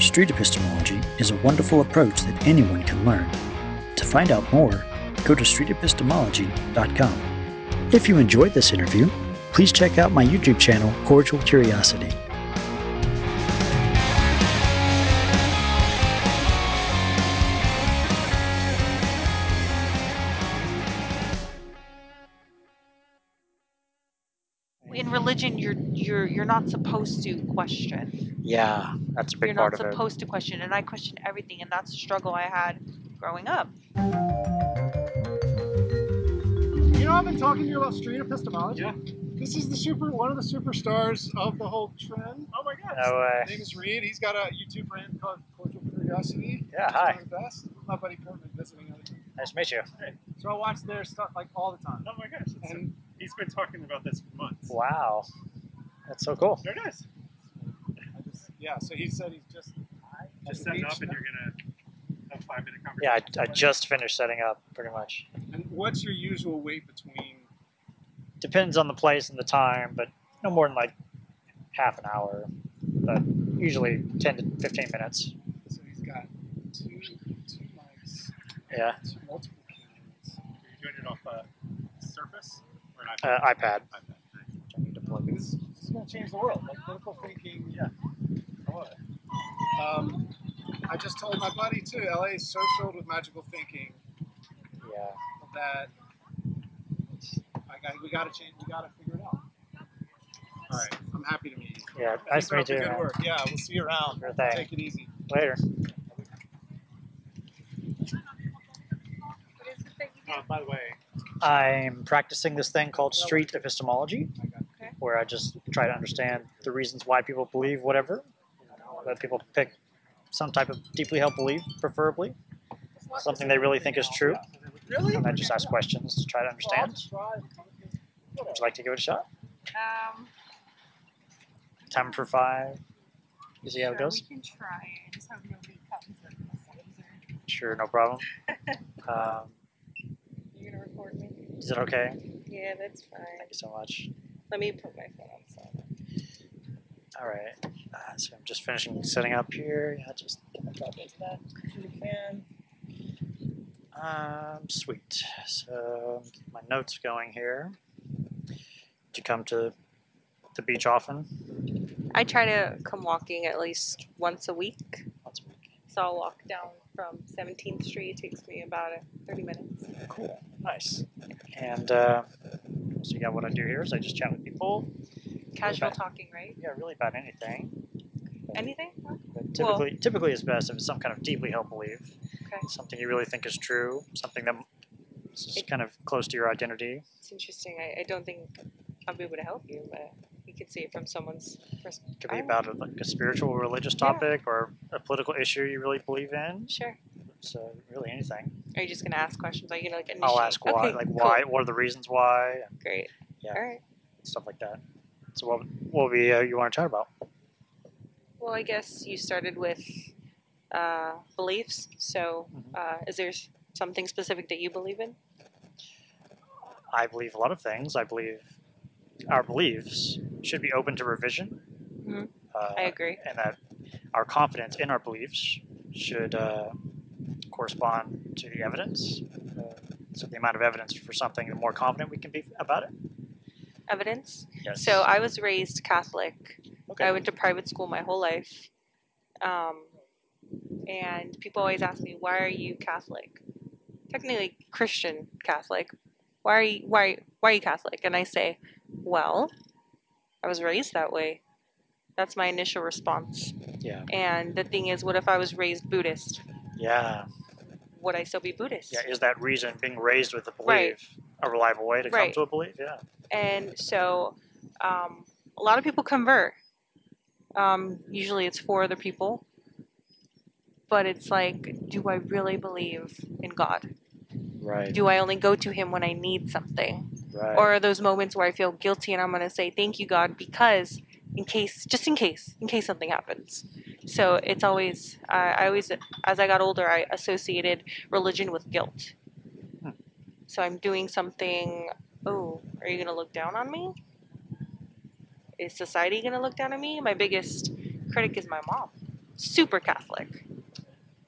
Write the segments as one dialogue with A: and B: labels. A: street epistemology is a wonderful approach that anyone can learn. To find out more, go to streetepistemology.com. If you enjoyed this interview, please check out my YouTube channel, Cordial Curiosity.
B: in religion you're you're you're not supposed to question
C: Yeah, that's a big
B: you're
C: part
B: not
C: of it.
B: supposed to question and i question everything and that's a struggle i had growing up
D: You know, I've been talking to you about street epistemology.
E: Yeah.
D: This is the super one of the superstars of the whole trend. Oh my gosh.
C: No way.
D: His name is Reed. He's got a YouTube brand called Cordial Curiosity.
C: Yeah,
D: which is
C: hi.
D: one of the best. My buddy Corbin visiting other people.
C: Nice to meet you.
D: So I watch their stuff like all the time.
E: Oh my gosh, it's
D: And
E: he's been talking about this for months.
C: Wow, that's so cool.
E: There it is.
D: I just, yeah, so he said he's just
E: Just
D: at the
E: setting up
D: beach
E: and
D: now.
E: you're gonna have five minute conversation.
C: Yeah, I, I just finished setting up, pretty much.
D: And what's your usual wait between
C: Depends on the place and the time, but no more than like half an hour, but usually 10 to 15 minutes.
D: so he's got two two mics,
C: Yeah,
D: two multiple cameras.
E: You're doing it off a surface or an
C: uh,
E: iPad.
C: iPad.
E: iPad.
C: I need to plug it.
D: This, this is gonna change the world. Like critical thinking.
E: Yeah.
D: Oh, yeah. Um, I just told my buddy too. LA is so filled with magical thinking
C: Yeah.
D: that I got, we gotta change. We gotta figure it out. All right. I'm happy to meet you.
C: Yeah, nice to
D: Keep
C: meet
D: up the
C: you.
D: Good
C: man.
D: work. Yeah. We'll see you around.
C: Sure thing.
D: Take it easy.
C: Later.
E: Um, by the way,
C: I'm practicing this thing called street epistemology,
D: I got
B: Okay.
C: where I just try to understand the reasons why people believe whatever. Let people pick some type of deeply held belief, preferably something they really think is true,
D: Really?
C: and I just ask questions to try to
D: Well, I'll
C: understand.
D: just try and-
C: Would you like to give it a shot?
F: Um,
C: Time for five. You see how it
F: sure,
C: goes?
F: We can try. it. I just hope nobody comes and listens. Or
C: Sure, no problem. Um,
F: you gonna record me?
C: is it okay? Thank
F: Yeah, that's fine.
C: you so much.
F: Let me put my phone on silent.
C: All right. Uh, so I'm just finishing setting up here. Yeah, just Um, sweet. So my notes going here. Do you come to the beach often?
F: I try to come walking at least once a week.
C: Once a week.
F: So I'll walk down from 17th Street. It takes me about uh, 30 minutes.
C: Cool. Nice. And uh, so yeah, what I do here is I just chat with people.
F: Casual
C: Okay.
F: talking, right?
C: Yeah, really about anything.
F: Anything?
C: But
F: Well-
C: typically, typically it's best if it's some kind of deeply held belief,
F: Okay.
C: something you really think is true, something that is kind of close to your identity.
F: It's interesting. I, I don't think I'll be able to help you, but you can see it from someone's perspective.
C: It could be about a, like a spiritual, or religious topic, or a political issue you really believe in.
F: Sure.
C: So really anything.
F: Are you just gonna ask questions? Are you gonna like initiate?
C: I'll ask why,
F: Okay,
C: like
F: cool.
C: why, what are the reasons why, and
F: Great.
C: Yeah.
F: All right.
C: stuff like that. So what what would be uh, you want to chat about?
F: Well, I guess you started with uh, beliefs. So,
C: Mhm.
F: uh, is there s- something specific that you believe in?
C: I believe a lot of things. I believe our beliefs should be open to revision,
F: Mhm.
C: uh,
F: I agree.
C: and that our confidence in our beliefs should uh, correspond to the evidence. Uh, so the amount of evidence for something, the more confident we can be about it.
F: Evidence.
C: Yes.
F: So, I was raised Catholic.
C: okay.
F: I went to private school my whole life. Um, and people always ask me, why are you Catholic? Technically Christian Catholic. Why are you, why, why are you Catholic? And I say, well, I was raised that way. That's my initial response.
C: yeah.
F: And the thing is, what if I was raised Buddhist?
C: Yeah.
F: Would I still be Buddhist?
C: Yeah. Is that reason being raised with a belief
F: Right.
C: a reliable way to come
F: Right.
C: to a belief? Yeah.
F: And so um, a lot of people convert. Um, usually it's for other people. But it's like, do I really believe in God?
C: Right.
F: Do I only go to Him when I need something?
C: Right.
F: Or are those moments where I feel guilty and I'm going to say, thank you, God, because in case, just in case, in case something happens. So it's always, I I always, as I got older, I associated religion with guilt.
C: Hmm.
F: So I'm doing something, oh, are you going to look down on me? Is society going to look down on me? My biggest critic is my mom. super Catholic.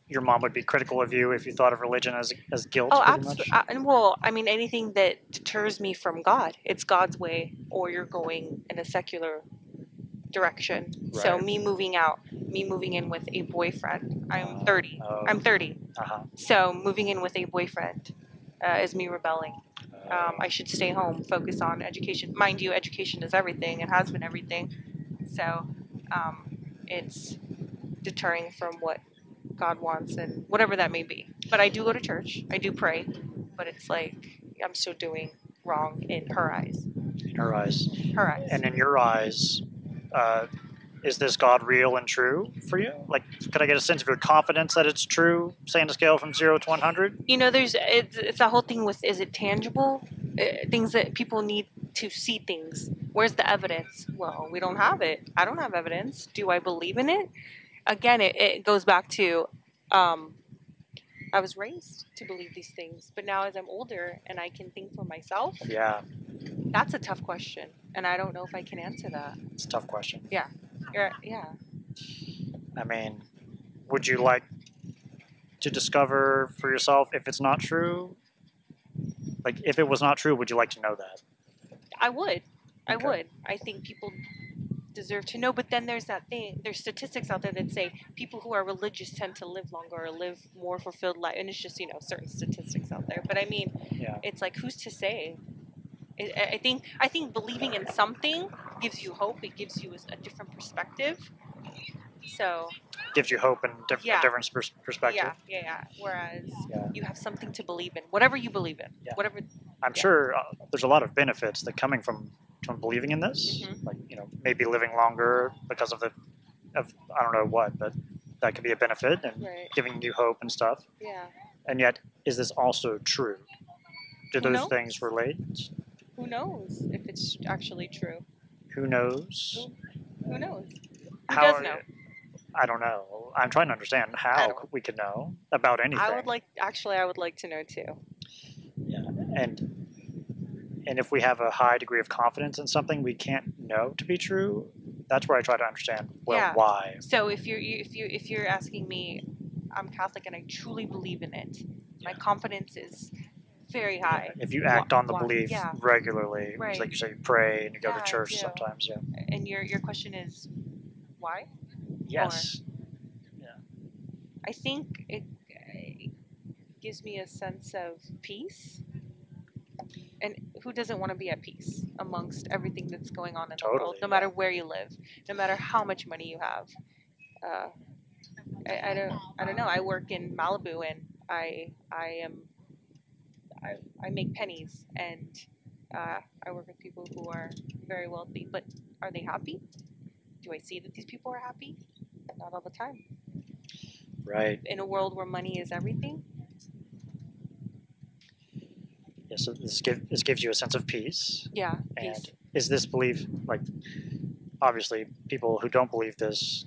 C: Your mom would be critical of you if you thought of religion as, as guilt,
F: Oh,
C: pretty much.
F: absolutely. Well, I mean, anything that deters me from God, it's God's way, or you're going in a secular direction. So
C: Right.
F: me moving out, me moving in with a boyfriend. I'm
C: Uh,
F: 30.
C: oh,
F: I'm 30.
C: uh-huh.
F: So moving in with a boyfriend uh, is me rebelling.
C: Uh,
F: Um, I should stay home, focus on education. Mind you, education is everything and has been everything. So um, it's deterring from what God wants and whatever that may be. But I do go to church, I do pray, but it's like I'm still doing wrong in her eyes.
C: in her eyes.
F: Her eyes.
C: And in your eyes, uh, is this God real and true for you? Like, could I get a sense of your confidence that it's true, saying a scale from 0 to 100?
F: you know there's it's, it's the whole thing with is it tangible uh, things that people need to see things where's the evidence well we don't have it i don't have evidence do i believe in it again it, it goes back to um, i was raised to believe these things but now as i'm older and i can think for myself
C: Yeah,
F: that's a tough question and i don't know if i can answer that
C: it's a tough question.
F: yeah, yeah.
C: I mean, would you like to discover for yourself if it's not true? Like, if it was not true, would you like to know that?
F: I would. I
C: Okay.
F: would. I think people deserve to know. But then there's that thing. There's statistics out there that say people who are religious tend to live longer or live more fulfilled life. And it's just you know certain statistics out there. But I mean,
C: Yeah.
F: it's like who's to say? I- I I think I think believing in something gives you hope. It gives you a different perspective. So
C: Gives you hope and diff-
F: Yeah.
C: a different pers- perspective.
F: yeah, yeah, yeah. Whereas
C: Yeah.
F: you have something to believe in, whatever you believe in,
C: Yeah.
F: whatever.
C: I'm
F: Yeah.
C: sure uh, there's a lot of benefits that coming from from believing in this,
F: Mhm.
C: like you know maybe living longer because of the of I don't know what, but that could be a benefit and
F: Right.
C: giving you hope and stuff.
F: Yeah.
C: And yet, is this also true? Do
F: Who
C: those
F: knows?
C: things relate?
F: Who knows if it's actually true?
C: Who knows?
F: Who knows? Who does know?
C: I don't know. I'm trying to understand
F: I
C: how
F: don't-
C: we could know about anything.
F: I would like actually I would like to know too.
C: yeah. and and if we have a high degree of confidence in something we can't know to be true, that's where I try to understand well
F: Yeah.
C: why.
F: So if you're you- if you if you're asking me, I'm Catholic and I truly believe in it. My
C: Yeah.
F: confidence is very high.
C: If you act on the
F: why-
C: belief
F: yeah.
C: regularly, it's
F: Right.
C: like you say, you pray and you go
F: Yeah,
C: to
F: I
C: church
F: do.
C: sometimes. Yeah.
F: And your your question is why?
C: Yes.
F: I think it, it gives me a sense of peace. And who doesn't want to be at peace amongst everything that's going on in the world,
C: Totally,
F: no
C: yeah.
F: matter where you live, no matter how much money you have? Uh, I, I don't, I don't know. I work in Malibu, and I, I am, I, I make pennies, and uh, I work with people who are very wealthy. But are they happy? Do I see that these people are happy? Not all the time.
C: Right.
F: In a world where money is everything,
C: Yeah, so this give, this gives you a sense of peace.
F: yeah,
C: And
F: peace.
C: is this belief like obviously people who don't believe this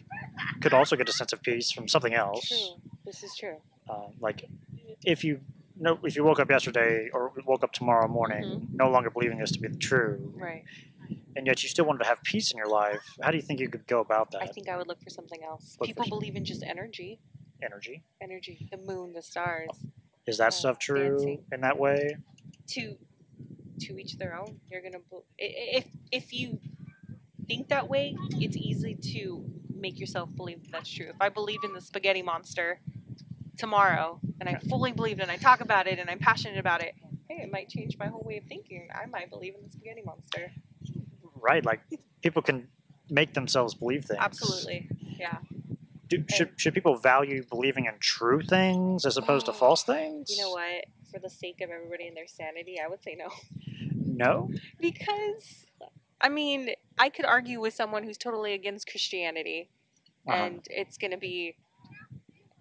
C: could also get a sense of peace from something else?
F: True. This is true.
C: Uh, like if you no, if you woke up yesterday or woke up tomorrow morning, no longer believing this to be true,
F: Mm-hmm. Right.
C: and yet you still wanted to have peace in your life, how do you think you could go about that
F: I think I would look for something else.
C: Look for
F: people
C: some-
F: believe in just energy,
C: energy?
F: energy, the moon, the stars.
C: Is that
F: Yeah,
C: stuff true
F: dancing.
C: in that way?
F: to to each their own. You're gonna bo- i- i- if if you think that way, it's easy to make yourself believe that that's true. If I believe in the spaghetti monster tomorrow, and I fully believe it, and I talk about it, and I'm passionate about it, hey, it might change my whole way of thinking. I might believe in the spaghetti monster.
C: right like people can make themselves believe things
F: Absolutely, yeah.
C: Do, should, should people value believing in true things as opposed to false things
F: Oh, You know what? For the sake of everybody and their sanity, I would say no.
C: no
F: because I mean, I could argue with someone who's totally against Christianity,
C: Uh-huh.
F: and it's going to be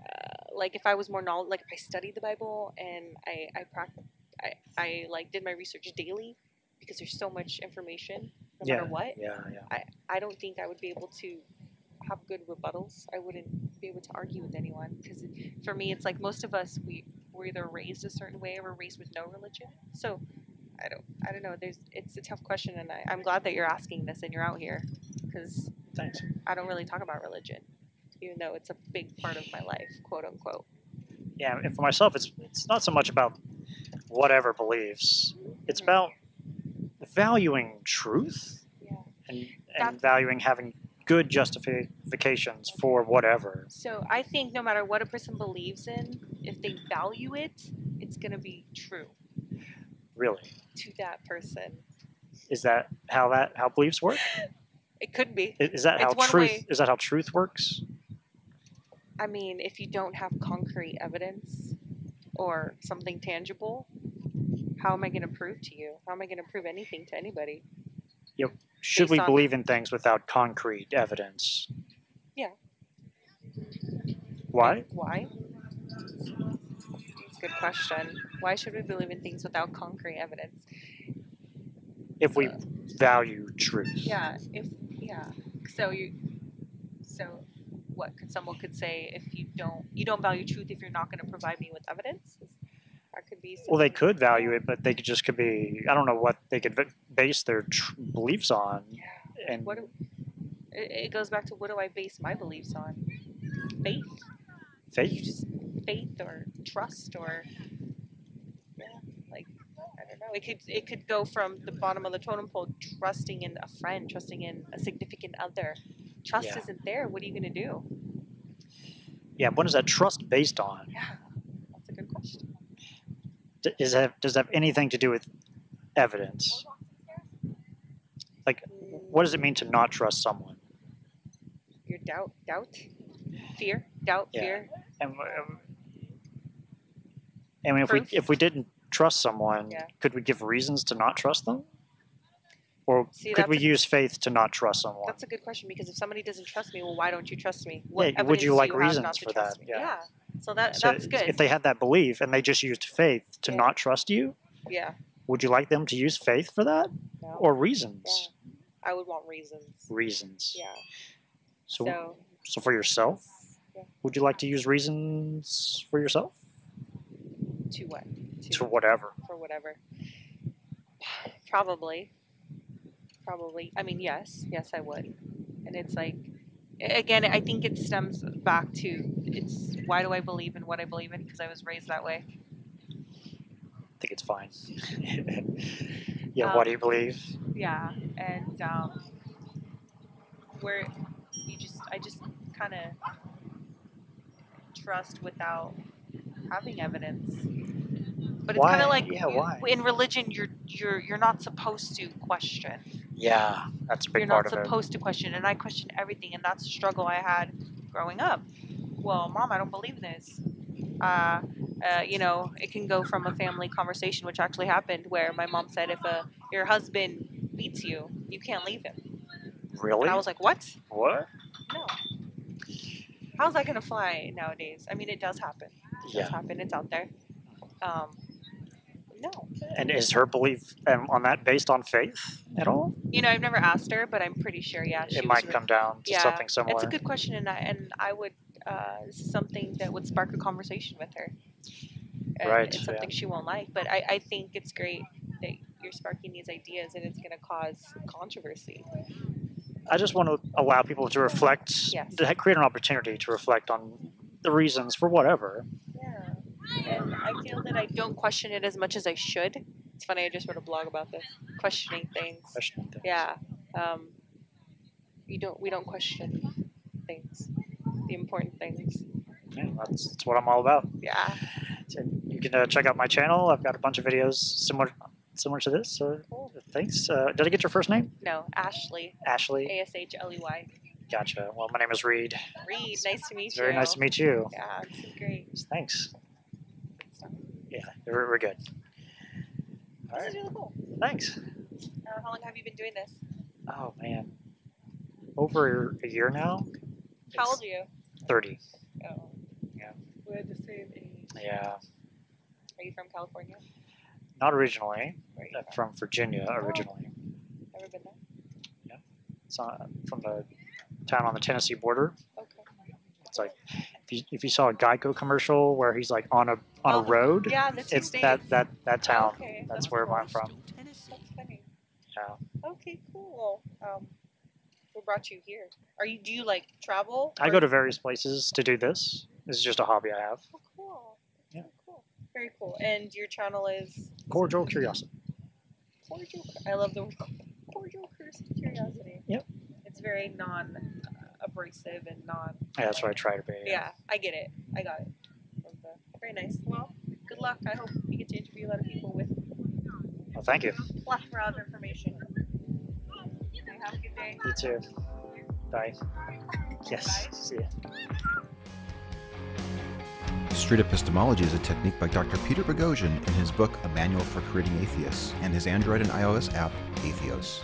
F: uh, like if I was more knowledge, like if I studied the Bible and I I, prac- I I like did my research daily because there's so much information, no
C: yeah
F: matter what.
C: yeah yeah
F: I don't think I would be able to have good rebuttals. I wouldn't be able to argue with anyone because for me, it's like most of us we were either raised a certain way or we're raised with no religion. So I don't, I don't know. There's, it's a tough question, and I, I'm glad that you're asking this and you're out here because
C: thanks
F: I don't really talk about religion. even though it's a big part of my life, quote unquote.
C: yeah, and for myself, it's it's not so much about whatever beliefs. It's
F: Mhm.
C: about valuing truth
F: Mm-hmm. Yeah.
C: and and
F: That's-
C: valuing having good justifications for whatever.
F: So I think no matter what a person believes in, if they value it, it's going to be true
C: Really,
F: to that person.
C: is that how that how beliefs work?
F: It could be.
C: I- Is that how
F: It's one
C: truth?
F: way.
C: Is that how truth works?
F: I mean, if you don't have concrete evidence or something tangible, how am I going to prove to you? How am I going to prove anything to anybody?
C: Should we
F: Based on-
C: believe in things without concrete evidence?
F: Yeah.
C: Why?
F: Why? It's a good question. Why should we believe in things without concrete evidence?
C: If we
F: Uh,
C: value truth.
F: Yeah, if yeah. So you so what could someone could say if you don't you don't value truth if you're not going to provide me with evidence? Is- That could be
C: Well, they
F: something-
C: could value it, but they could just could be. I don't know what they could v- base their tr- beliefs on,
F: Yeah.
C: and
F: What do, it, it goes back to what do I base my beliefs on? Faith. You
C: faith.
F: just faith or trust or yeah, like I don't know. It could it could go from the bottom of the totem pole, trusting in a friend, trusting in a significant other. Trust
C: Yeah.
F: isn't there. What are you gonna do?
C: Yeah, what is that trust based on?
F: Yeah, that's a good question.
C: D- Is that does that have anything to do with evidence? Like, what does it mean to not trust someone?
F: Mm, Your doubt, doubt, fear, doubt,
C: Yeah.
F: fear.
C: And w- um, I mean, if we
F: Proof.
C: if we didn't trust someone,
F: Yeah.
C: could we give reasons to not trust them? Or
F: See,
C: could
F: that's
C: we
F: a-
C: use faith to not trust someone?
F: That's a good question because if somebody doesn't trust me, well, why don't you trust me?
C: Yeah, would
F: evidence
C: you
F: do
C: like
F: have
C: reasons
F: not to
C: for
F: trust
C: that?
F: me?
C: Yeah.
F: So that
C: so
F: that's good.
C: if they had that belief and they just used faith to
F: Yeah.
C: not trust you,
F: yeah.
C: Would you like them to use faith for that
F: No.
C: or reasons?
F: I would want reasons.
C: Reasons.
F: Yeah.
C: So, so,
F: so
C: for yourself,
F: Yeah.
C: would you like to use reasons for yourself?
F: to what?
C: To whatever.
F: for whatever. Probably. Probably. I mean, yes, yes, I would. And it's like, a- again, I think it stems back to it's why do I believe in what I believe in because I was raised that way.
C: I think it's fine. yeah. what do
F: Um,
C: you believe?
F: Yeah, and um, where you just, I just kind of trust without having evidence. But it's
C: why?
F: kind of like
C: yeah. Why?
B: in religion you're you're you're not supposed to question
C: Yeah. That's a big
F: you're
C: part
F: not
C: of
F: supposed to question and i question everything and that's a struggle i had growing up well mom i don't believe this uh, uh, you know it can go from a family conversation which actually happened where my mom said if a, your husband beats you you can't leave him
C: it. Really?
F: and i was like what
C: what?
F: no how's that gonna fly nowadays i mean it does happen it
C: Yeah.
F: does happen it's out there um, no
C: And is her belief um, on that based on faith at all?
F: you know i've never asked her but i'm pretty sure yeah she
C: it
F: was
C: might
F: re-
C: come down to
F: yeah,
C: something similar.
F: It's a good question, and I, and I would uh, this is something that would spark a conversation with her. And
C: Right,
F: It's something she won't like, but I, I think it's great that you're sparking these ideas, and it's going to cause controversy.
C: I just want to allow people to reflect,
F: Yes.
C: to ha- create an opportunity to reflect on the reasons for whatever.
F: Yeah, and I feel that I don't question it as much as I should. It's funny. I just wrote a blog about this, questioning things.
C: Questioning things.
F: Yeah, um, you don't. We don't question things, the important things.
C: Yeah, that's, that's what I'm all about.
F: Yeah.
C: And you can uh, check out my channel. I've got a bunch of videos similar similar to this. So
F: Cool.
C: thanks. Uh, did I get your first name?
F: No, Ashley,
C: Ashley.
F: A S H L E Y.
C: Gotcha. Well, my name is Reed.
F: Reed, nice to meet
C: It's
F: you.
C: very nice to meet you.
F: Yeah, this is great.
C: Thanks. Yeah, we're, we're good. All
F: This is
C: right.
F: really cool.
C: Thanks.
F: Uh, how long have you been doing this?
C: Oh man, over a year now.
F: How
C: It's
F: old are you?
C: Thirty.
F: Oh,
C: Yeah.
F: We're the same age.
C: Yeah.
F: Are you from California?
C: Not originally.
F: Where are you
C: I'm from Virginia
F: Oh.
C: originally.
F: Ever been there?
C: It's uh, from the town on the Tennessee border.
F: Okay.
C: It's like if you, if you saw a Geico commercial where he's like on a on
F: Oh,
C: a road,
F: Yeah, the two
C: it's
F: states.
C: that that that town.
F: Oh, Okay,
C: That's, where I'm from.
F: That's funny.
C: Yeah.
F: Okay, cool. Um, What brought you here? Are you do you like travel?
C: I
F: or-
C: go to various places to do this. This is just a hobby I have.
F: Oh, cool.
C: Yeah.
F: Cool. Very cool. And your channel is
C: Cordial curiosity.
F: cordial. I love the word cordial curiosity.
C: Yep.
F: It's very non uh, abrasive and non.
C: Yeah, that's what I try to be.
F: Yeah. I get it. I got it. Love that. Very nice. Well, good luck. I hope you get to interview a lot of people with
C: Well, thank you.
F: plethora of information. Okay, have a good day.
C: You too. Bye. Yes. See ya.
G: Street epistemology is a technique by Dr. Peter Boghossian in his book A Manual for Creating Atheists and his Android and iOS app, Atheos.